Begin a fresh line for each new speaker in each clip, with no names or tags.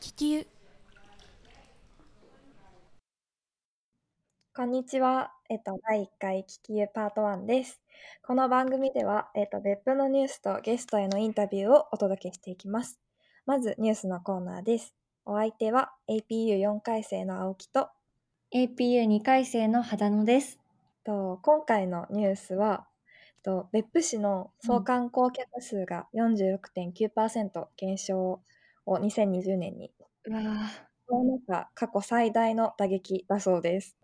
気球
こんにちは。えっと、第1回聞きゆパート1です。この番組では、えっと、別府のニュースとゲストへのインタビューをお届けしていきます。まず、ニュースのコーナーです。お相手は、APU4 回生の青木と、
APU2 回生の秦野です。
と今回のニュースは、と別府市の総観光客数が46.9%減少を2020年に、
うわ
その中、過去最大の打撃だそうです。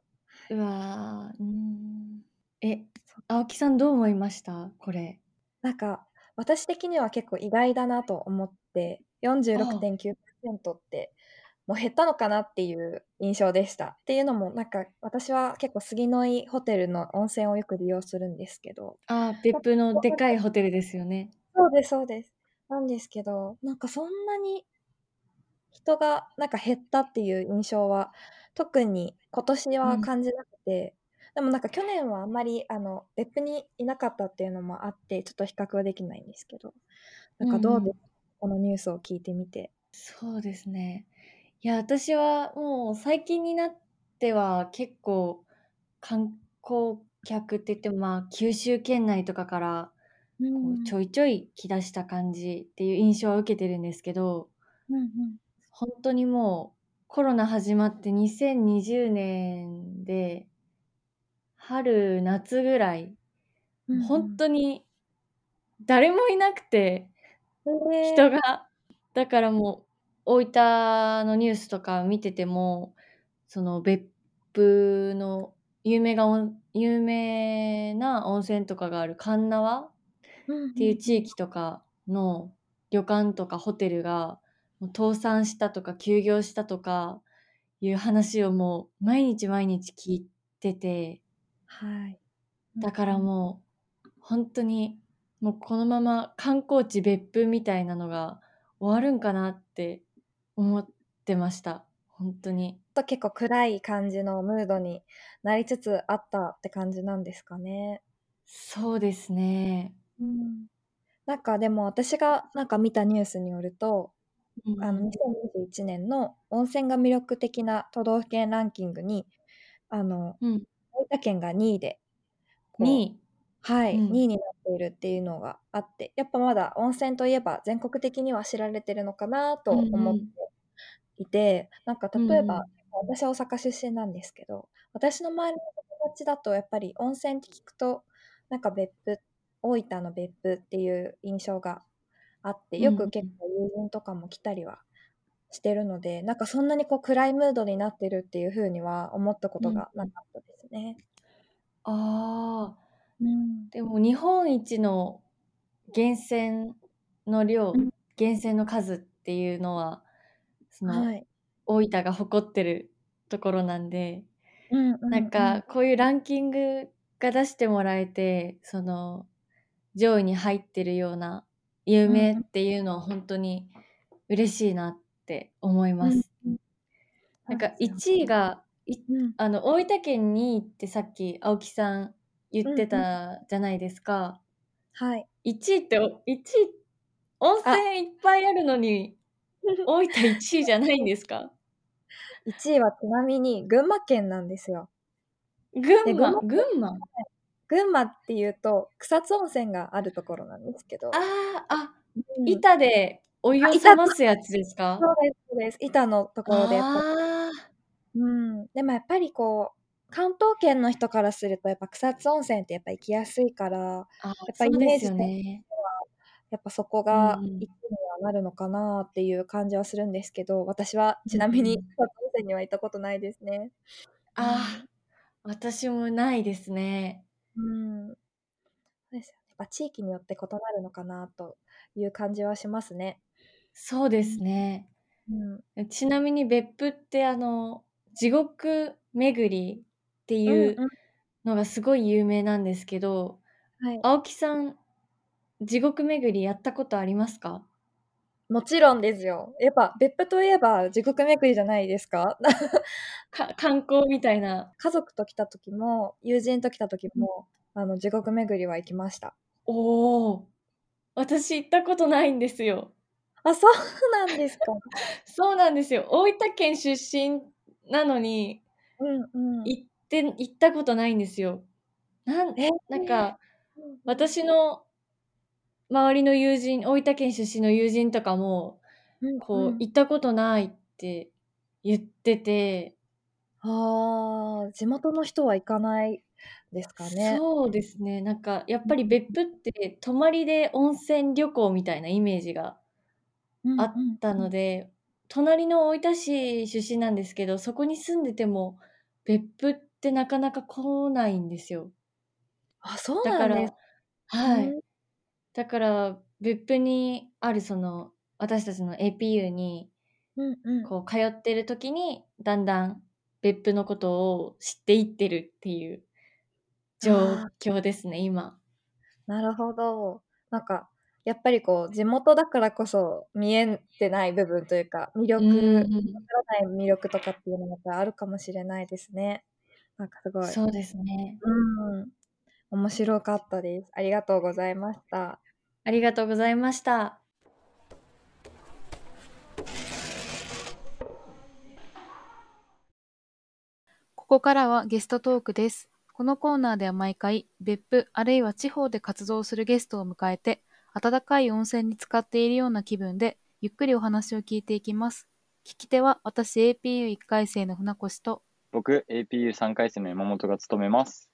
ーうわーうーんえ、青木さんどう思いましたこれ。
なんか私的には結構意外だなと思って46.9%ってもう減ったのかなっていう印象でした。っていうのもなんか私は結構杉の井ホテルの温泉をよく利用するんですけど
あー、別府のでかいホテルですよね。
そうですそうですなんですけどなんかそんなに人がなんか減ったっていう印象は特に今年は感じなくて、でもなんか去年はあんまりあの別府にいなかったっていうのもあってちょっと比較はできないんですけどなんかどうですか、このニュースを聞いてみて。
そうですね。いや、私はもう最近になっては結構観光客って言ってもまあ九州圏内とかからこうちょいちょい来だした感じっていう印象は受けてるんですけど、
うん
本当にもうコロナ始まって2020年で春夏ぐらい、
うんうん
本当に誰もいなくて
えー
人が、だからもう大分のニュースとか見ててもその別府の有名が温有名な温泉とかがある神縄
うんうん
っていう地域とかの旅館とかホテルがもう倒産したとか休業したとかいう話をもう毎日毎日聞いてて
はい
だからもう本当にもうこのまま観光地別府みたいなのが終わるんかなって思ってました本当に
ちょっと結構暗い感じのムードになりつつあったって感じなんですかね。
そうですね、
なんかでも私がなんか見たニュースによると、
うん
あの2021年の温泉が魅力的な都道府県ランキングにあの
うん、
大分県が2位でこう
2位
はい、
うん
2位になっているっていうのがあってやっぱまだ温泉といえば全国的には知られてるのかなと思っていて、なんか例えば、私は大阪出身なんですけど私の周りの友達だとやっぱり温泉って聞くとなんか別府大分の別府っていう印象があってよ
うんう
く
ん
結構友人とかも来たりはしてるので、なんかそんなにこう暗いムードになってるっていうふうには思ったことがなかったですね。
ああ
うん
でも日本一の源泉の量、
うん
源泉の数っていうのはそ
は
の
い
大分が誇ってるところなんで、
うんうんうん
なんかこういうランキングが出してもらえてその上位に入ってるような有名っていうのは本当に嬉しいなって思います。
うんうん
なんか1位がい
うん
あの大分県2位ってさっき青木さん言って
うん
たじゃないですか。
はい
1位ってお1位温泉いっぱいあるのに大分1位じゃないんですか
1位はちなみに群馬県なんですよ。
群
群
馬
馬
群馬
群馬っていうと草津温泉があるところなんですけど、
あーあ
うん
板でお湯を
あ
冷
板
ますやつですか
そうですそうです板のところでやっぱ
あ
うん、でもやっぱりこう関東圏の人からするとやっぱ草津温泉ってやっぱ行きやすいから
ーあ
やっぱ
そ
イ
う
メ
です
ージ
よ
と
ね
やっぱそこが
うん
行
うん
くにはなるのかなっていう感じはするんですけど私はちなみに
うん
草津温泉には行ったことないですね。
あー私もないですね
うん、そうですよねやっぱ地域によって異なるのかなという感じはしますね。
そうですね
うん、
ちなみに別府ってあの地獄巡りっていう
うんうん
のがすごい有名なんですけど、
はい、
青木さん地獄巡りやったことありますか
もちろんですよ。やっぱ別府といえば地獄めくりじゃないですか。
か観光みたいな
家族と来た時も友人と来た時も、あの地獄巡りは行きました。
おお、私行ったことないんですよ。
あ、そうな んですか。
そうなんですよ。大分県出身なのに、
うんうん。
行って行ったことないんですよ。なん
えー
なんか
うん
私の周りの友人、大分県出身の友人とかも
うん
こう、
うん
行ったことないって言ってて、
ああ、地元の人は行かないですかね。
そうですね。なんかやっぱり別府って泊まりで温泉旅行みたいなイメージが
うん
あったので、隣の大分市出身なんですけど、そこに住んでても別府ってなかなか来ないんですよ。
あ、そう
だ
な
か
んで
ら
す。
はい。
うん
だから別府にあるその私たちの APU に
うんうん。
こう通ってる時にだんだん別府のことを知っていってるっていう状
あ
況ですね今。
なるほど。なんか、やっぱりこう、地元だからこそ見えてない部分というか、魅
う
力、わか
ん、
らない魅力とかっていうのがやっぱりあるかもしれないですね。なんかすごい。
そうですね。
うん。面白かったです。ありがとうございました。
ありがとうございました。
ここからはゲストトークです。このコーナーでは毎回、別府あるいは地方で活動するゲストを迎えて、温かい温泉に浸かっているような気分で、ゆっくりお話を聞いていきます。聞き手は私 APU1 回生の船越と、
僕、APU3 回生の山本が務めます。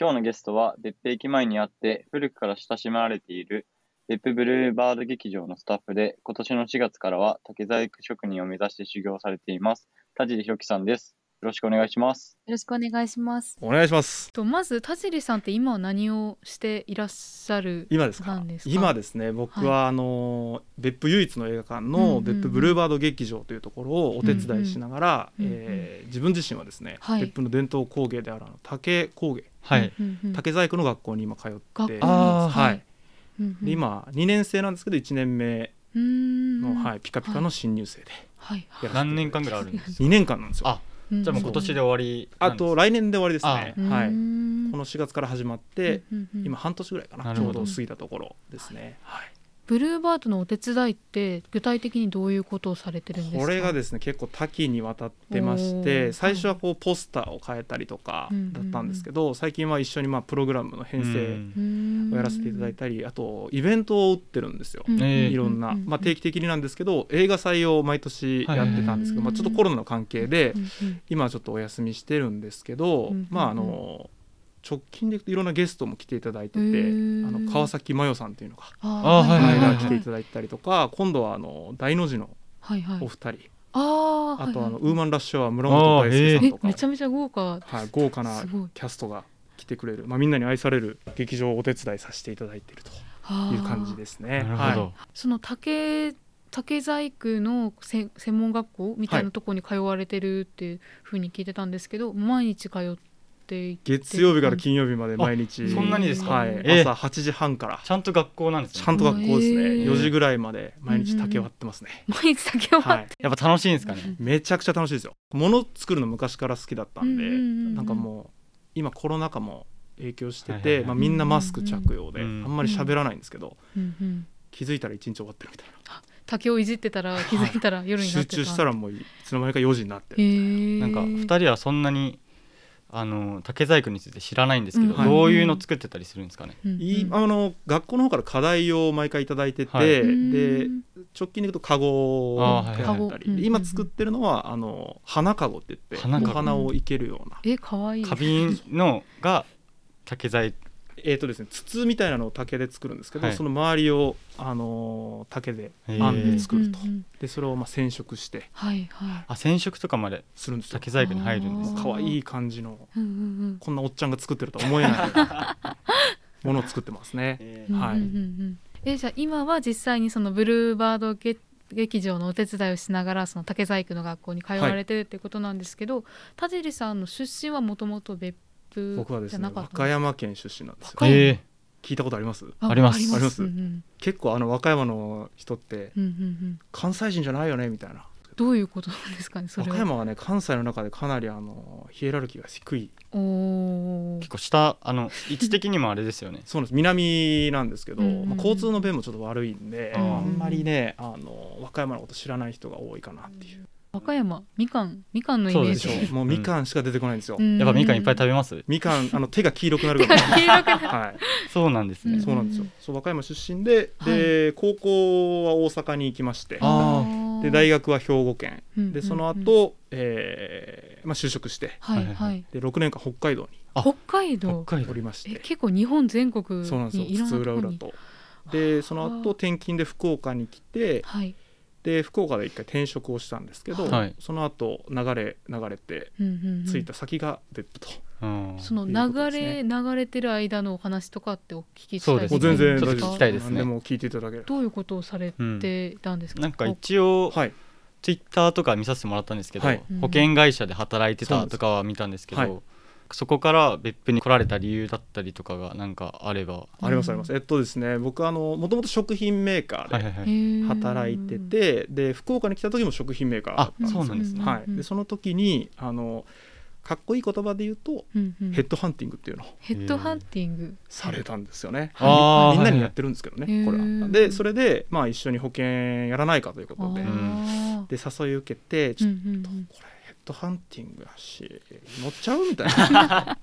今日のゲストは、別府駅前にあって、古くから親しまれている、別府ブルーバード劇場のスタッフで、今年の4月からは竹細工職人を目指して修行されています、田尻弘樹さんです。よろしくお願いします。
よろしくお願いします。
お願いします。
とまず田尻さんって今は何をしていらっしゃる
今ですか
なんですか
今ですね僕はあの、別府唯一の映画館
うんうんう
の
ん
別府ブルーバード劇場というところをお手伝いしながら、
うんうん
えー自分自身はですね、
はい
別府の伝統工芸であるあの竹工芸、はい
うんうんうん
竹細工の学校に今通っ
学校
て
に
あーは
はい
い、
うんうん
で今2年生なんですけど1年目
うーん
の、はい、ピカピカの新入生で
はい
やらせていただいて
何年間ぐらいあるんですか
2年間なんですよ
あじゃあもう今年で終わり
あと来年で終わりですね
うん
は
う
い
ーん
この4月から始まって、
うんうんうん
今半年ぐらいかな
な
ち
る
ょ
ほ
う
ど
ど過ぎたところですね、はい
ブルーバードのお手伝いって具体的にどういうことをされてるんですか
これがですね結構多岐にわたってまし
おー
て最初はこうポスターを変えたりとかだったんですけど、最近は一緒にまあプログラムの編成
うーん
をやらせていただいたり、あとイベントを打ってるんですよ、
うんうんうん
ええ
いろんな、まあ、定期的になんですけど映画祭を毎年やってたんですけど、
はい
まあ、ちょっとコロナの関係で
うんうん
今はちょっとお休みしてるんですけど、
うん
まああの直近でいくといろんなゲストも来ていただいてて、
へー
あの川崎真世さんっていうのが、
あー
あー
はい
は
はいいはい
が来ていただいたりとか今度はあの大の字の
はいはい
お二人、
あー
あとあの、
はいはい
ウーマンラッシュは村本大輔さんと
え
か、
めちゃめちゃ豪華
はい、豪華な
すごい
キャストが来てくれる、まあ、みんなに愛される劇場をお手伝いさせていただいていると
あ
い
ー
う感じです
な
ね。
るほ
はい
ど、
その竹竹細工のせ専門学校みたいなところに通われてるっていうふうに聞いてたんですけど、毎日通っていて
月曜日から金曜日まで毎日
あそんなにですか
はい
え
朝8時半から
ちゃんと学校なんです
ち
ね
ゃんと学校ですね、
えー
4時ぐらいまで毎日竹割ってますね、
毎日竹は、
はい、
やっぱ楽しいんですかね
めちゃくちゃ楽しいですよ物作るの昔から好きだったんで、
うんうんうんうん
なんかもう今コロナ禍も影響してて、
はいはいはい
まあ、みんなマスク着用で、
うん
あんまり喋らないんですけど、
うんうん
気づいたら一日終わってるみたいな
竹をいじってたら気づいたら夜になっ
集
てた
中したらもういつの間にか4時になって
へ
る、
ー
なんか二人はそんなにあの竹細工について知らないんですけど、
うん
どういうの作ってたりするんですかね、
うんうん
いいあの学校の方から課題を毎回いただいてて、
はい
で
うん
直近でいくとカゴ
あーは
を
いはい
やった
カゴ
りで今作ってるのはあの花カゴって言って
花
お
籠
花を生けるような
え可愛い
花瓶のが竹細
えーとですね筒みたいなのを竹で作るんですけど、
はい
その周りをあのー竹で
工
編んで作ると
うんうんうん
でそれをまあ染色して
はいはい
あ染色とかまです
るんですよ
竹細工に入るんです
あ
か
ー
可愛い感じの
うんうん
こんなおっちゃんが作ってるとは思えな いものを作ってますね。
うん
はい
うんうんうんえじゃあ今は実際にそのブルーバード劇劇場のお手伝いをしながらその竹細工の学校に通われてるってことなんですけど、田尻さんの出身はもともと別府
僕はで
じ
す
ゃ
ね
なか
和
ったんで
歌
すか
山県出身なんですよ
和歌山
え
聞いたことあります
あります
あります
あ
う
り
ん
結構あの和歌山の人って
うんうんうん
関西人じゃないよねみたいな
どういうことなんですかねそ
和
れ
歌
は。
山はね関西の中でかなりあのヒエラルキーが低い
おー
結構下あの位置的にもあれですよね
そうなんです南なんですけど、
うんうんうん
まあ、交通の便もちょっと悪いんで、
うん
あんまりねあの和歌山のこと知らない人が多いかなっていう、
和歌山みかんみかんのイメー
そ
ジ。
うでし
もうみかんしか出てこないんですよ、
うん
やっぱみかんいっぱい食べます
みかんあの手が黄色くなるぐ らい
黄色くなる
はい
そうなんです
う
ね
ん
そうなんですよそう和歌山出身でで、高校は大阪に行きまして
あ
で大学は兵庫県
学
でその後、えーまあ、就職して
はいはい
で6年間北海道に
あ
北海
北
道
海
お
道
りまし
え
て
結構日本全国
そうなんですよ
にいろんな
津
とこ
々
ろ
浦々
に
と。でその後転勤で福岡に来て
はい。
で福岡で一回転職をしたんですけど、
はい
その後流れ流れて
うんうんうん
着いた先が別府と、
うん
その
いうこ
流
とです
れ、
ね
流れてる間のお話とかってお聞きし
そ
た
う
い
です
も
ね
う全然大
ちょっと
丈夫です
聞きたいです
何で
ね
も聞いていただければ
どういうことをされていたんですか。
なん
こ
か一応
はい
ツイッターとか見させてもらったんですけど、
はい
保険会社で働いてたとかは見たんですけど
は
そ
い
こから別府に来られた理由だったりとかがなんかあれば、
ありますありますえっとですね僕あのもともと食品メーカ
はいは
ーで
いは
う
い、
へー
働いてて、で福岡に来た時も食品メーカーだっ
あ
たんです
そうなんですね、
ん
はい、でその時にあのかっこいい言葉で言うと、
うんうん
ヘッドハンティングっていうのを
ヘッドハンティング。
されたんですよね、
あー
みんなにやってるんですけどね、
はいはい
これ
へ
は
ー
でそれで、まあ、一緒に保険やらないかということで
ー
あ
で誘い受けて
ー
ちょっ
うんうん
と
う
こ
ん
れヘッドハンティングだし乗っちゃうみたいな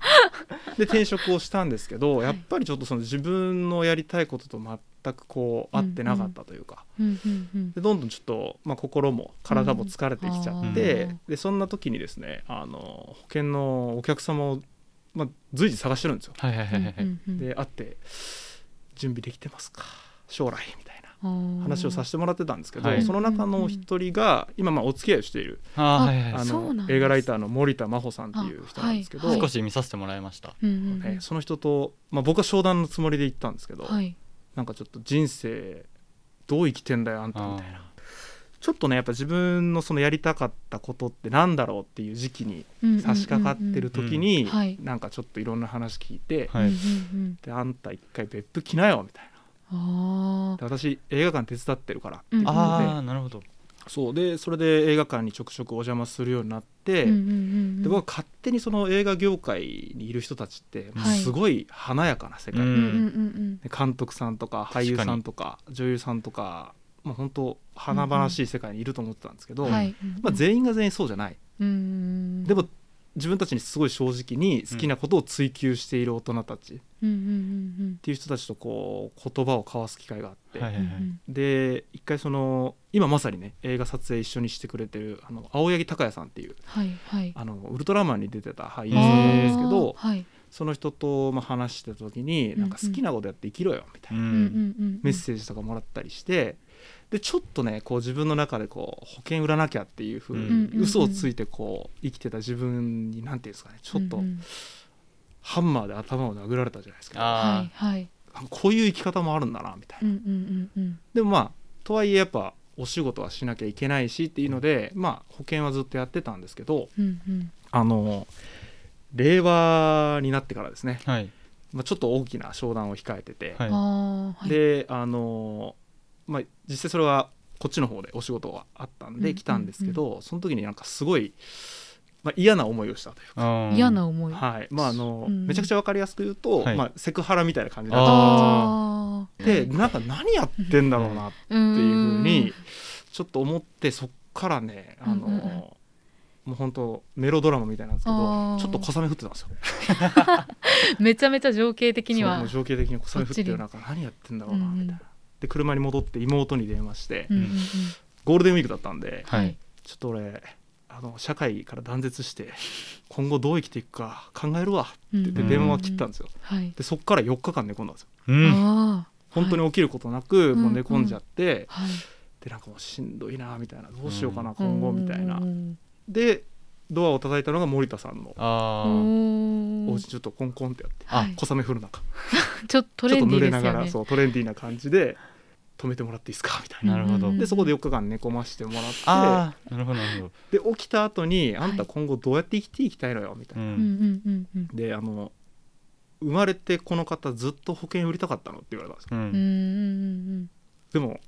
で転職をしたんですけど、
はい
やっぱりちょっとその自分のやりたいことと全くこう合ってなかったというか、
うんうんうん
でどんどんちょっと、まあ、心も体も疲れてきちゃって、
うんあ
でそんな時にですねあの保険のお客様を、まあ、随時探してるんですよ。
はいはいはいはい、
うんうんうん
で会って「準備できてますか将来」みたいな
あー
話をさせてもらってたんですけど、
はい
その中の一人が今まあお付き合いをしている
あーはいはいは
あ
い
そうなん
の
です
映画ライターの森田真帆さんっていう人なんですけど、
あはい
少し見させてもらいました、
うんうんうん
ねその人と、まあ、僕は商談のつもりで行ったんですけど、
はい。
なんかちょっと人生どう生きてんだよあんたみたいなちょっとねやっぱ自分のそのやりたかったことってなんだろうっていう時期に差し掛かってる時に、
うんうんうんはい
なんかちょっといろんな話聞いて、
はい
うんうんうん
であんた一回別府来なよみたいな。
あ
で私映画館手伝ってるから
ーうんうん
ああなるほど
そうでそれで映画館にちょくちょくお邪魔するようになって、
うんうんうんうん
で僕は勝手にその映画業界にいる人たちってもうすごい華やかな世界、
うん
うんうんうん
で監督さんとか俳優さんとか女優さんとかもう本当華々しい世界にいると思ってたんですけど、
うん。はい。
まあ、全員が全員そうじゃない、
うんうん。
でも自分たちにすごい正直に好きなことを追求している大人たちっ
うんうんうん
ていう人たちとこう言葉を交わす機会があって、
はいはい
うん。
はい、
で一回その今まさにね映画撮影一緒にしてくれてるあの青柳孝也さんっていう
はいはい。
あのウルトラマンに出てた俳優さんなんですけど
あーはい。
その人とまあ話してた時に、
うん
なんか好きなことやって生きろよみたいな
うんうんうんうん。
メッセージとかもらったりしてでちょっとねこう自分の中でこう保険売らなきゃっていうふう
うん
に嘘をついてこう生きてた自分に何ていうんですかねちょっ
う
と
んうん
ハンマーで頭を殴られたじゃないですか、
あ
はいはい。
こういう生き方もあるんだなみたいな
う。んうんうんうん。
でもまあとはいえやっぱお仕事はしなきゃいけないしっていうので、まあ、保険はずっとやってたんですけど
うんうん。
あの令和になってからですね、
あはい
まあ、ちょっと大きな商談を控えてて、
はい
ああー。はい。
であの、まあ、実際それはこっちの方でお仕事があったん
う
で
ん
来たんですけど、その時になんかすごい、まあ、嫌な思いをしたというか。
あー
嫌な思い。
はいまああの
うん
めちゃくちゃ分かりやすく言うと、
はい
まあ、セクハラみたいな感じだった
ああ。
でなんか何やってんだろうなっ
ってい
っていうふうに。ちょっと思ってそっからねあの、
うんうんうん
もう本当メロドラマみたいなんですけ
あ
ど
ー
ちょっと小雨降ってたんですよ
めちゃめちゃ情景的に
そう
は
もう。情景的に小雨降ってる
ば
中何やってんだろうな
うんうん
みたいな、で車に戻って妹に電話して、
うんうんうん
ゴールデンウィークだったんで
はい。
ちょっと俺あの社会から断絶して今後どう生きていくか考えるわって言って
うん
電話切ったんですよ、
はい。
でそっから4日間寝込んだんですよ
うん
ああ。
本当に起きることなく、
い
もう寝込んじゃって、
はい。
でなんかもうしんどいなみたいなどうしようかな、今後みたいな、
うんうん
でドアを叩いたのが森田さんの
あ
う
ー
んお
お家
ー
にちょっとコンコンってやって、
はい
小雨降る中
ちょっとト
ちょ
レ
っと
ンディ
濡
ー
れ
で
な
す
が
よ
ら
ね。
そうトレンディーな感じで止めてもらっていいですかみたいな。
なるほど
うん
でそこで4日間寝込ましてもらっ
あーなるほどなるほど
てで起きた後に「あん
は
た
い
今後どうやって生きていきたいのよ」みたいうな。
うんんうんうん
であの生まれてこの方ずっと保険売りたかったのって言われたんですよ
う
うん。うんんうんうん
でも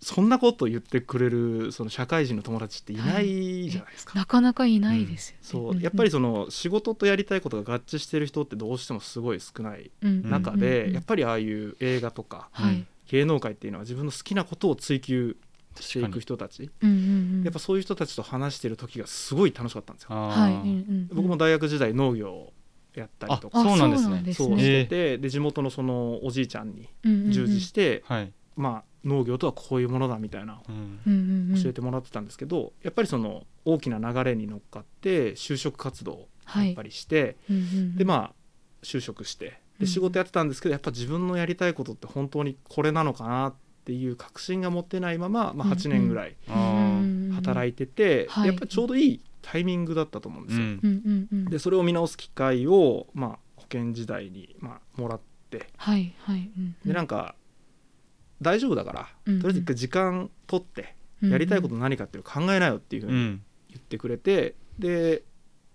そんなこと言ってくれるその社会人の友達っていないじゃないですか。
なかなかいないですよね。
そうやっぱりその仕事とやりたいことが合致してる人ってどうしてもすごい少ない
うん
中
うんうんう
で
ん
やっぱりああいう映画とか
はい。
芸能界っていうのは自分の好きなことを追求してい
確か
く
に
人たち
うんうんうん
やっぱそういう人たちと話してる時がすごい楽しかったんですよ。
あー
はい。うんうんうん
僕も大学時代農業をやったりとか
あ
そうなんですね
そうし
へ
ててで地元のそのおじいちゃんに
うんうんうん
従事して
はい、
まあ農業とはこういうものだみたいな
うん
うんうんうん
教えてもらってたんですけどやっぱりその大きな流れに乗っかって就職活動を
はい
やっぱりして、
うんうんうん
でまあ就職して
うん
で仕事やってたんですけどやっぱ自分のやりたいことって本当にこれなのかなっていう確信が持てないまま、まあ、
うんうん
8年ぐらい
あ
働
い
いてて、
はい
やっぱりちょうどいいタイミングだったと思うん
ーう
ですよ。
ん
うんうんうん
でそれを見直す機会を、まあ、保険時代に、まあ、もらって
はいはい
でなん
か
か大丈夫だから、
うんうん
とりあえず一回時間取ってやりたいこと何かっていうの考えなよっていうふう
う
に
ん
言ってくれてで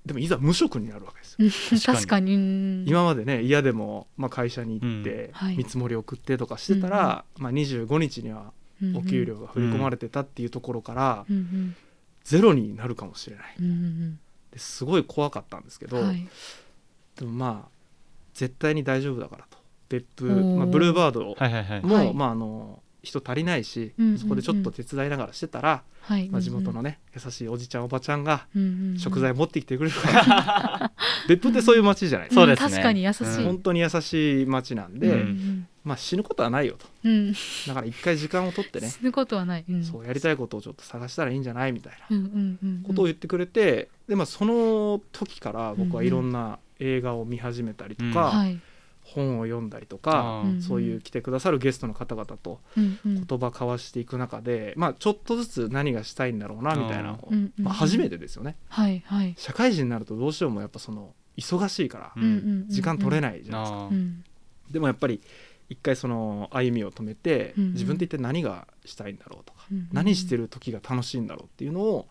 でもいざ無職になるわけですよ。
確
確
か
か
にうん
今までね嫌でも、まあ、会社に行って、
うん
はい
見積もり送ってとかしてたら、まあ、25日には
うんうん
お給料が振り込まれてたっていうところから、
うんうん
ゼロになるかもしれない
うんうん
ですごい怖かったんですけど、
うんはい
でもまあ絶対に大丈夫だからと別府、
おー
まあ、ブルーバードも、
はいはいはい
はい
まあ、あの人足りないし、
うんうんうん
そこでちょっと手伝いながらしてたら、
はい
まあ、地元のね優しいおじちゃんおばちゃんが
うんうんうん
食材持ってきてくれるから 別府ってそういう街じゃないですか
そうですね
ん確かに優しい
うん
本当に優しい街なんで、
う
うんん
まあ、死ぬことはないよと
うんうん
だから一回時間を取ってね
死ぬことはないうん
そうやりたいことをちょっと探したらいいんじゃないみたいな
うんうんうんうん
ことを言ってくれて、でまあ、その時から僕はいろんな映画を見始めたりとか、
うん
はい
本を読んだりとか、
あー
うん
そういう来てくださるゲストの方々と
うんうん
言葉交わしていく中で、まあ、ちょっとずつ何がしたいんだろうなみたいなのを
うんうんうん
まあ、初めてですよね
はいはい
社会人になるとどうしてもやっぱその忙しいから
う
うんうんうん
ん
うん
時間取れないじゃないですか、
あ
う
ー
ん
でもやっぱり一回その歩みを止めて
うんうん
自分って一体何がしたいんだろうとか、
うんうんうん
何してる時が楽しいんだろうっていうのを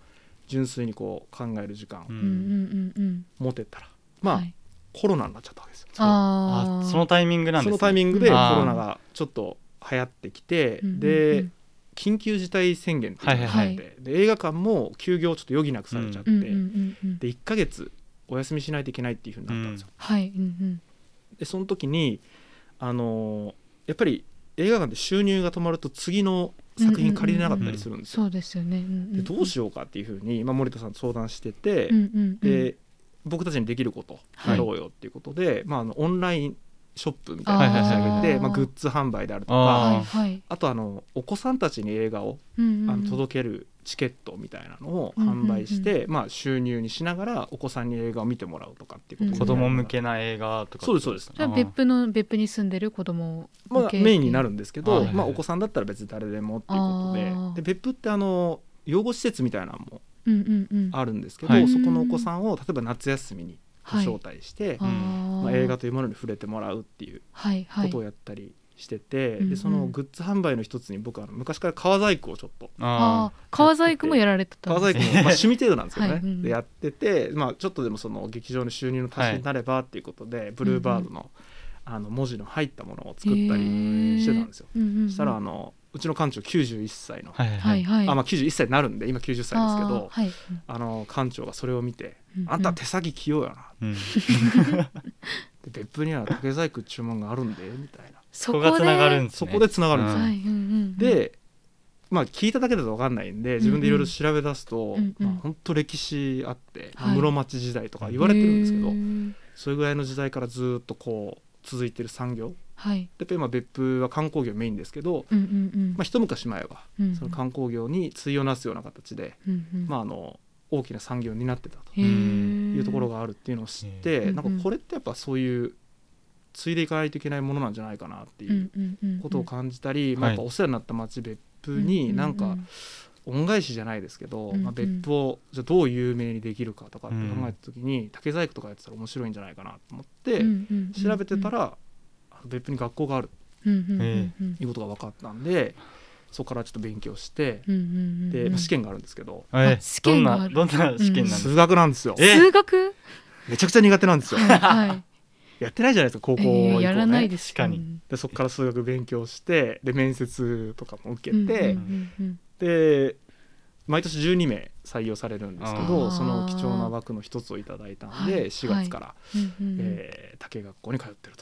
純粋にこう考える時間を
う
うんうん
ん
うんうん
持てたら、まあ、
はい
コロナになっちゃったわけですよ。
あ
あ
ー
そのタイミングなん
そ
です
の
ね
タイミングで
う
コ
ん
ロナがちょっと流行ってきて、
うんうんうん
で緊急事態宣言っていうのがあって、
はい
はいは
で映画館も休業をちょっと余儀なくされちゃって、
うんうんうんうん
で1ヶ月お休みしないといけないっていうふうになったんですよ。
はいうんうん
でその時にあのーやっぱり映画館で収入が止まると次の作品借りれなかったりするんですよ。
そうですよねうんうん
でどうしようかっていうふうに、まあ、森田さんと相談してて、
うんうんうん
で僕たちにできることやろうよっていうことで、まあ、あのオンラインショップみたいなのを立ち上げ
あ
て
ー
まあ、グッズ販売であると
あ
か
ー
はいはい
あとあのお子さんたちに映画を
うんうん
あ
うん
の届けるチケットみたいなのを販売して、
うん
まあ、収入にしながらお子さんに映画を見てもらうとかっていうこと
うん
子供向けな映画とか
そうですそうです
それは
あー
別府の別府に住んでる子供
まあ、メインにな
る
るんですけ
あ
ど
ー
まあ、お子さんだったら別に誰でもっていう
あ
こ
ー
とでで別府ってあの養護施設みたいなのも
うんうんうん
あるんですけど、
はい
そこのお子さんを例えば夏休みにご招待して、
あー
まあ、映画というものに触れてもらうっていう
はいは
こ
い
とをやったりしてて、
うんう
で
ん
そのグッズ販売の一つに僕はあの昔から革細工をちょっと
あ
あ
ー川細工もやられてた
革
んです
細工も、まあ、趣味程度なんですけど ね、
はいうん
でやってて、まあ、ちょっとでもその劇場の収入の足しになればっていうことで、ブルーバードの,、あの文字の入ったものを作ったりしてたんですよ。
へーうんうんうん
したらあのうちの館長91歳の、
ーはい
は
はいい
はい
あまあ、91歳になるんで今90歳ですけど
あーはい
あの館長がそれを見て
う
「
う
あんた手先器用やな」
うん
で別府には竹細工注文があるんで」みたいな
そ
そこがつながるん
ん
です
そ
ね
こでつながるんですよ
うん
はいうんうんうん
で、まあ、聞いただけだと分かんないんで自分でいろいろ調べ出すと、
うんうん
まあ、本当歴史あって、まあ
はい
室町時代とか言われてるんですけど、
へー
それぐらいの時代からずっとこう続いてる産業
はい
で今別府は観光業メインですけど、
うんうんうん
まあ、一昔前は
うん
その観光業に対をなすような形で、
うんうん
まあ、あの大きな産業になってたと
へー
いうところがあるっていうのを知って、
うん
なんかこれってやっぱそういう継いでいかないといけないものなんじゃないかなっていうことを感じたり、
うん
まあ、やっぱお世話になった町別府になんか、恩返しじゃないですけど、
うんうん
まあ、別府をじゃあどう有名にできるかとかって考
うん
えた時に、竹細工とかやってたら面白いんじゃないかなと思って、調
調
べてたら、あの別府に学校がある
え
ということが分かったんでそこからちょっと勉強して、で、まあ試
試
験があるんですけど、
え
あ試験
どん
があ
な
る
どんな試験なんです
数学なんですよ
え
数学
めちゃくちゃ苦手なんですよ
はい
やってないじゃないですか高校以降、ね
えーやらないです
確かに
うん
でそこから数学勉強してで面接とかも受
う
け
ん
て、
うんうん
で毎年12名採用されるんですけ
あー
どその貴重な枠の一つをいただいたんで、
はい
4月から、
うんうんうん
えー竹学校に通ってる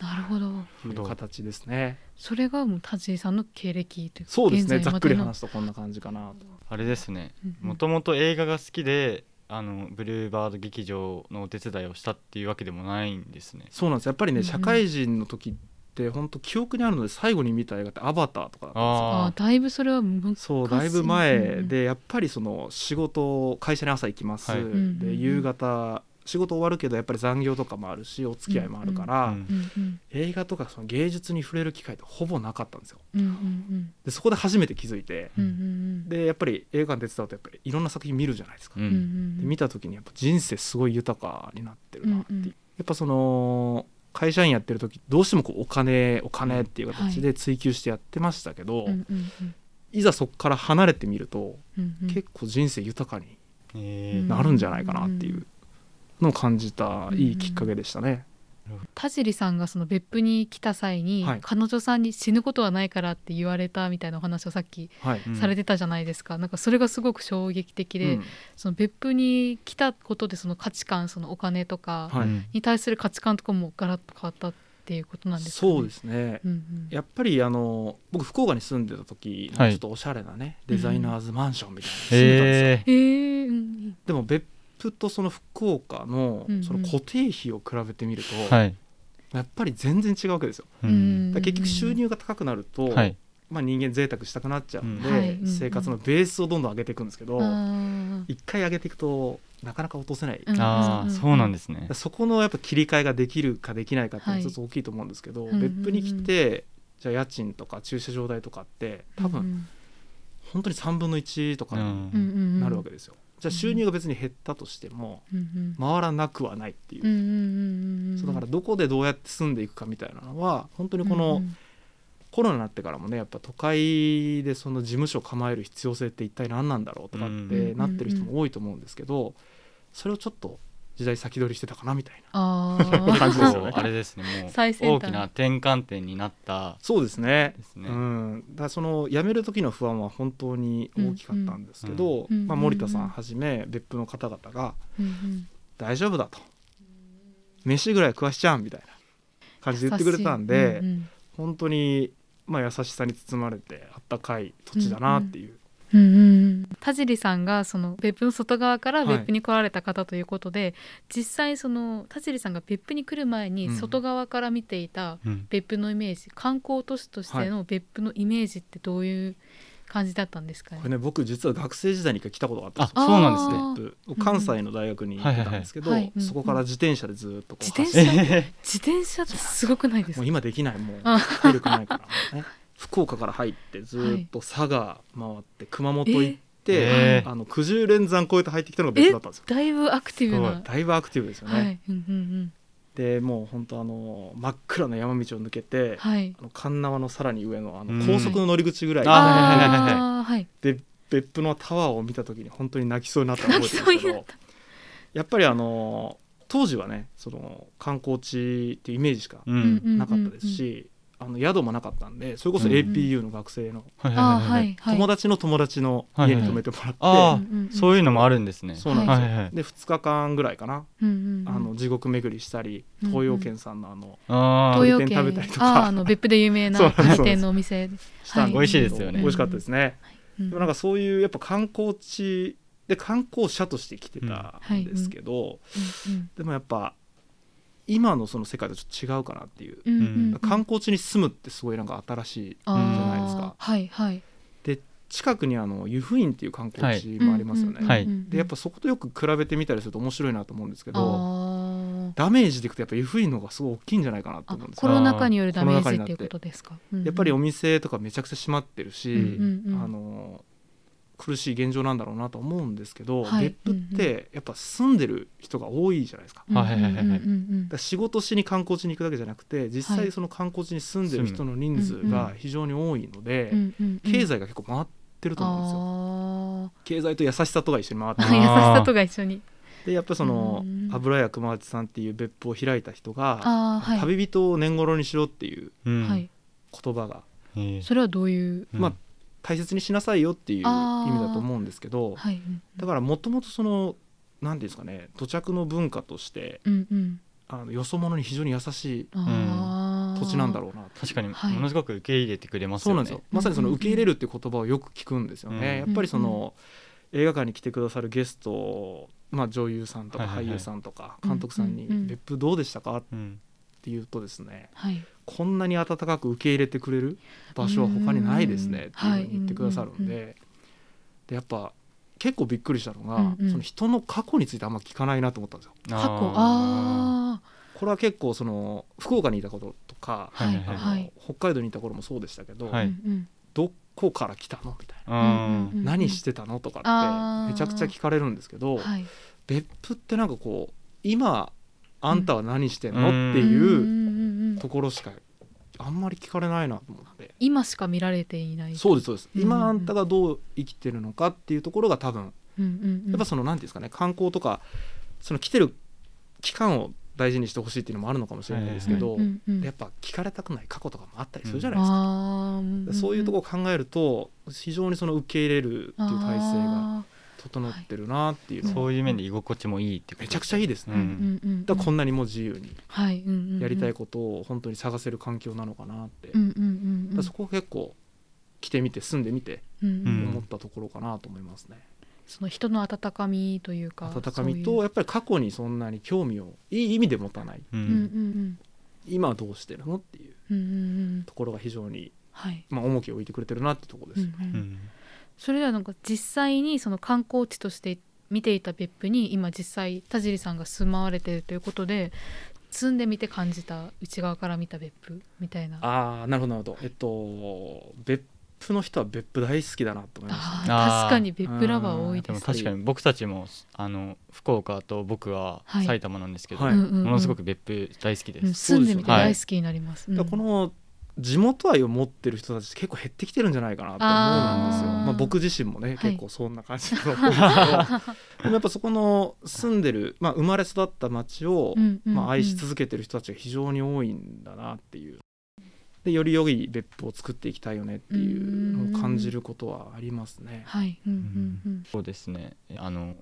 なるほど
という形ですね。
それがもう達治さんの経歴というか
そうですね
現
ざ
在
っ
ま
くり
での
話すとこんな感じかなと。
あれですね
うんうん
もともと映画が好きであのブルーバード劇場のお手伝いをしたっていうわけでもないんですね
そうなんですやっぱり
う
ね
んうん
社会人の時って本当記憶にあるので最後に見た映画って「アバター」とかだったんですよ
あ
あ
ーだいぶそれは昔
そうだいぶ前
うん
でやっぱりその仕事会社に朝行きます、
はいうん
うんうん
で夕方仕事終わるけどやっぱり残業とかもあるしお付き合いもあるから、
うんうん
うんうん
映画とかその芸術に触れる機会ってほぼなかったんですよ
うんうん
でそこで初めて気づいて
うんうんうん
でやっぱり映画館手伝うとやっぱりいろんな作品見るじゃないですか、
う
うんん
で見た時にやっぱ人生すごい豊かになってるなっていう、
うんうん
やっぱその会社員やってる時どうしてもこうお金お金っていう形で追求してやってましたけど、
うんうん
いざそこから離れてみると
うんうん
結構人生豊かに
えー
なるんじゃないかなっていうのを感じたいいきっかけでしたね。
田尻さんがその別府に来た際に、
はい
彼女さんに死ぬことはないからって言われたみたいなお話をさっき
はい、
うん
されてたじゃないですか、なんかそれがすごく衝撃的
う
で、
ん
その別府に来たことでその価値観そのお金とか
はい
うん
に対する価値観とかもガラッと変わったっていうことなんですかね。
そうですね。
うんうん
やっぱりあの僕福岡に住んでた時、
はい
ちょっとおしゃれなねデザイナーズマンションみたいなのに住んでたんですよ、
え
えーうん
でも別府とその福岡の
うんうん
その固定費を比べてみると、
ーはい
やっぱり全然違うわけですよ。
う
うんん
だから結局収入が高くなると、
はい
まあ、人間贅沢したくなっちゃうんで、
うん
はいうんうん
生活のベースをどんどん上げていくんですけど、
あ
一回上げていくとなかなか落とせない
ああそうなん
す。
ですね
そこのやっぱ切り替えができるかできないかっていうの
は
はい一つ大きいと思うんですけど、
うんうんうん
別府に来てじゃあ家賃とか駐車場代とかって多分本当に3分の1とかに
うんうんうん
なるわけですよ、じゃあ収入が別に減ったとしても
うんうん
回らなくはないっていう,、
うんうんうん
そうだからどこでどうやって住んでいくかみたいなのは本当にこ
う
の
んうん
コロナになってからもねやっぱ都会でその事務所を構える必要性って一体何なんだろうとかっ
う
て
ん
なってる人も多いと思うんですけどそれをちょっと時代先取りしてたかなみたいな。
あ
感
あ
じです
そ
よ
う
ね
あれですねもう
最先
大
端
きな転換点になった
そうですね
ですね
うん、だからその辞める時の不安は本当に大きかったんですけど、
うんうん
まあ、
うん
森田さんはじめ別府の方々が
うんうん
「大丈夫だ」と「飯ぐらい食わしちゃう」みたいな感じで言ってくれたんで、
優しいうん
本当にまあ優しさに包まれてあったかい土地だなっていう、
うんうんうん田尻さんがその別府の外側から
はい
別府に来られた方ということで、実際その田尻さんが別府に来る前に
うん
外側から見ていた
うん
別府のイメージ、観光都市としての別府のイメージってどういう感じだったんですかね
これ。ね僕実は学生時代に一回来たことがあったんですよ
あそうなんですね
あー
別府関西の大学に行ってたんですけど、
はいはいはいはい
そこから自転車でずっとこう
自転
走っ
車
て
え
自転車ってすごくないです
も
か
う。今できないもう
あ
体力ないから、 ね、福岡から入ってずっと佐賀回って熊本行って、
えー
あの九十連山越えて入ってきたのが別府だったんですよ
だいぶアクティブな。
だいぶアクティブですよね、
はい。うんうんうん。
でもう本当あの真っ暗な山道を抜けて、
はい。
あの神縄のさらに上のあ
う
の
ん
高速の乗り口ぐらい、
はいあ
あ
ー
ーはい。
で別府のタワーを見た時に本当に泣きそうになったのを覚えてるんですけ
泣
どやっぱりあの当時はねその観光地っていうイメージしか
う
うんうん
ん
うんうん
なかったです。し、あの宿もなかったんでそれこそ
うん
APU の学生の
はい
あー
はい
は
はい
いはい。
友達の友達の家に泊めてもらって、
あ
うんうんうん
あそういうのもあるんですね
そうなんですよ、
はいはい
で2日間ぐらいかな、
うんうんうん
あの地獄巡りしたり
うん
東洋軒さんのあの、
あ
東
あ
洋
回
軒
転食べたりとか
あーあの別府で有名
そ
な
うなんです
回転のお店
したん
はい
美味しいですよね
美味しかったですね、
うん
でもなんかそういうやっぱ観光地で観光者として来てたんですけど、
うん
でもやっぱ今のその世界とちょっと違うかなっていう、
うんうん
うん
うん
観光地に住むってすごいなんか新しい
あー
じゃ
ないですか
はいはい
近くにあの湯布院っていう観光地もありますよね、
うんうんうん
はい
でやっぱそことよく比べてみたりすると面白いなと思うんですけ
あ
ど
ー
ダメージでいくとやっぱ湯布院の方がすごい大きいんじゃないかなと
あ
思うんですよ
コロナ禍によるダメージっていうことですか
やっぱりお
うん
店とかめちゃくちゃ閉まってるし、
うんうんうん
あの苦しい現状なんだろうなと思うんですけど、
はい
別府ってやっぱ住んでる人が多いじゃないですか。だか
うん
はいはいはいはい
うんうん
ら仕事しに観光地に行くだけじゃなくて実
は
際
い
その観光地に住んでる人の人数が非常に多いので、
うんうんうんうん
経済が結構回ってると思うんですよ。
あ
経済と優しさとが一緒に回って
ー
る
あ
優しさとが一緒に
でやっぱその
うん
油屋熊八さんっていう別府を開いた人が
ああはい
旅人を年頃にしろっていう
うん
はい
言葉が
ええ
それはどういう
うん
まあ大切にしなさいよっていう意味
あー
だと思うんですけど
はいうん
だからもともとその何ていうんですかね土着の文化として
うんうん
あのよそ者に非常に優しい
ああ
土地なんだろうなと
確かにも
はい
のすごく受け入れてくれます
そう
よね。
なんですよまさにその
うんうんうん
受け入れるって言葉をよく聞くんですよね、
うん
やっぱりその映画館に来てくださるゲスト、まあ、女優さんとか
はいはい
俳
はい
優さんとか監督さんに
うんうんうん
「別府どうでしたか?」っ
うん
て言うとですね
はい
こんなに温かく受け入れてくれる場所は他にないですねっていうふうに言ってくださるん
うん
ででやっぱ結構びっくりしたのが、
うんうん
その人の過去についてあんま聞かないなと思ったんですよ。
過去あ
これは結構その福岡にいたこととか、
あはい
はいはい
はい
北海道にいた頃もそうでしたけど、
は
う
い
んうん
どこから来たのみたいな。
う
うんうん
ん
うん
何してたのとか
あー
ってめちゃくちゃ聞かれるんですけど、
はい
別府ってなんかこう今あんたは何してんの、
うん
って
ん
いうん
うん
ところしかあんまり聞かれないなと思って、
今しか見られていない
そうですそうです、
うん
今あんたがどう生きてるのかっていうところが多分
うんうんうん
やっぱその何ていうんですかね観光とかその来てる期間を大事にしてほしいっていうのもあるのかもしれないですけど、
うんうんうん
やっぱ聞かれたくない過去とかもあったりするじゃないですか、
あー
そういうところを考えると非常にその受け入れるっていう体制が
あ
整ってるなっていうのを
そういう面で居心地もいいってこと
めちゃくちゃいいです
ー
ね、
うんうんうんうん
だからこんなにもう自由に
はいうんうんうん
やりたいことを本当に探せる環境なのかなって、
うん
だ
うんうんう
から
ん
そこは結構来てみて住んでみて
うんうん
思ったところかなと思いますね、
その人の温かみというか
温かみ
そう
と
いう
やっぱり過去にそんなに興味をいい意味で持たない
うん
うんうん
今はどうしてるのっていう
うんうんうんうん
ところが非常に、
はい
まあ、重きを置いてくれてるなってところ
う
ですよね、
ん
う
うん
ん
それではなんか実際にその観光地として見ていた別府に今実際田尻さんが住まわれているということで住んでみて感じた内側から見た別府みたいな
ああなるほどなるほどえっと別府の人は別府大好きだなと思いました
あ
ね
ー
あー
確かに別府ラバー多い
で
で
も
す
確かに僕たちもあの福岡と僕は
はい
埼玉なんですけど、
は
う
い
んうんうん
ものすごく別府大好きで
うん
す。
住んでみて
そうですよね
大好きになります、
だからこの地元愛を持ってる人たち結構減ってきてるんじゃないかなと思うんですよ。
あー
まあ、僕自身もね、
い
結構そんな感じだと思うんですけど でもやっぱそこの住んでる、まあ、生まれ育った町を、
うんうんうん
まあ、愛し続けてる人たちが非常に多いんだなっていう。でより良い別府を作っていきたいよねっていうのを感じることはありますね。
はいうんうんうん
そうですねあの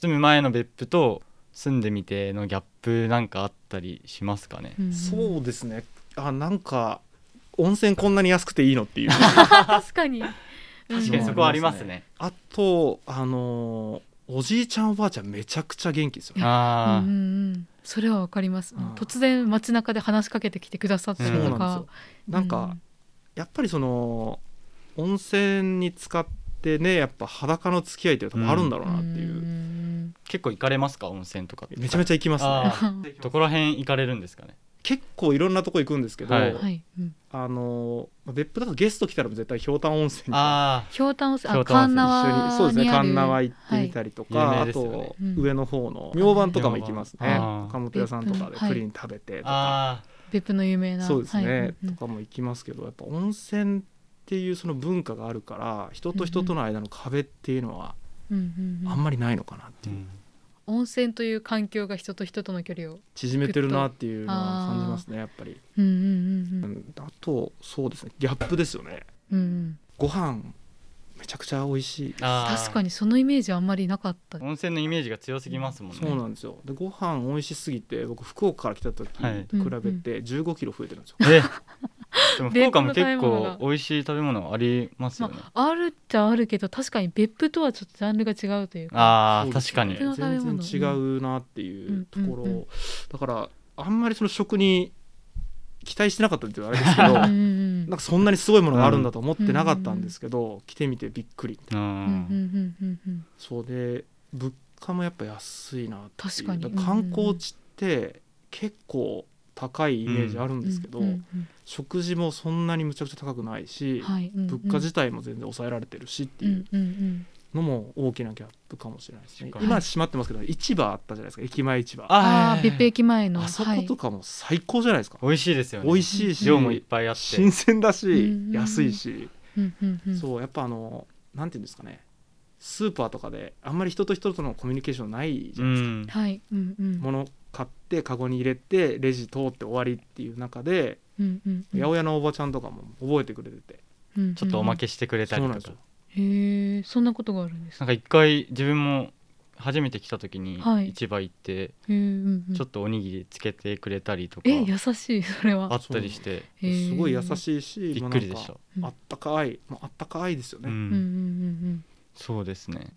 住む前の別府と住んでみてのギャップなんかあったりしますかね
う、んうん
そうですね。あなんか温泉こんなに安くていい のっていう。
確か に
確かにそこはありますね。
あとあのおじいちゃんおばあちゃんめちゃくちゃ元気ですよね。
あ
うんう
ー
んうんそれはわかります
うん
突然街中で話しかけてきてくださった
そう
り
なん
と
ですよ
か、
なんかやっぱりその温泉に使ってねやっぱ裸の付き合いっていうのもあるんだろうなっていう、
ん
結構行かれますか温泉とかって
めちゃめちゃ行きますね
あ どこら辺行かれるんですかね
結構いろんなとこ行くんですけど、
はい
はい、うん
あのまあ別府だとゲスト来たら絶対ひょうたん温泉に
あ
ひょうたん温泉、
ひょ
あ、
うた
神
ん温泉
奈
一緒にそう
川
ですね
にある。
神縄行ってみたりとか、
はい有名
あ
ですよね
と
うん
上の方の明晩とかも行きますね
明晩
岡本屋さんとかで
はい
プリン食べて
ー
とか、
あ
別府の有名な。
そうです
は
ね、
いうんうん
とかも行きますけどやっぱ温泉っていうその文化があるから人と人との間の壁っていうのは
うんうんうん
あんまりないのかなって
ー
いうう。
ん
温泉という環境が人と人との距離を。
縮めてるなっていうのは感じますねやっぱり、
うんうん
う
うん
ん、あとそうですねギャップですよね
うん。うん
ご飯めちゃくちゃ美味しい
あー
確かにそのイメージあんまりなかった。
温泉のイメージが強すぎますもんね
そうなんですよでご飯美味しすぎて僕福岡から来た時と
はい
比べて1 5キロ増えてるんですよ、
えでも福岡も
別
結
府の食べ物が
構美味しい食べ物ありますよね、
まあ、あるっちゃあるけど、確かに別府とはちょっとジャンルが違うというか。
ああ
そう
ー
です
確かに
別府の食べ物
全然違うなっていうところ、
うんうんうん
だからあんまりその食に期待してなかったっていうのはあれで すけど
う
なんん
うん
かそんなにすごいものがあるんだと思ってなかったんですけど、来てみてびっくりみたい
う
な
うん。うんうん
ん
うんうん
そうで物価もやっぱ安いなっていう
確かに
だら観光地って結構高いイメージあるん
うん。
ですけど、
うんうん
食事もそんなにむちゃくちゃ高くないし、
はい。うんうん
物価自体も全然抑えられてるしって
う
い
ん
う
うんうん。
のも大きなギャップかもしれないです
確
ね、
かに
今閉まってますけど市場あったじゃないですか駅前市場あ
あ
あ
あ、
ー
別府駅前の。
そ
は
こ
い
とかも最高じゃないですか、
美味しいですよね
美味しいし、
量もいっぱいあって
新鮮だし、
うん
安いし、
うんうんうん。
そうやっぱあのなんていうんですかねスーパーとかであんまり人と人とのコミュニケーションないじゃ
う
ないですか、
ん
はい。うんうん。
物買ってカゴに入れてレジ通って終わりっていう中で、
うんうんうん
八百屋のおばちゃんとかも覚えてくれてて
うんうん
ちょっとおまけしてくれたり
そうなん
と
です
か
よ
へえ、そんなことがあるんです
な
か。
んか一回自分も初めて来た時に
はい
市場行って
へえうんうん
ちょっとおにぎりつけてくれたりとか
え、優しい、それは。
あったりして
へー
すごい優しいし
びっ
もう
く
なん
りで
か
した
うん
あったかい、まあ、あったかいですよ
う
ね、
うんうん
んそうですね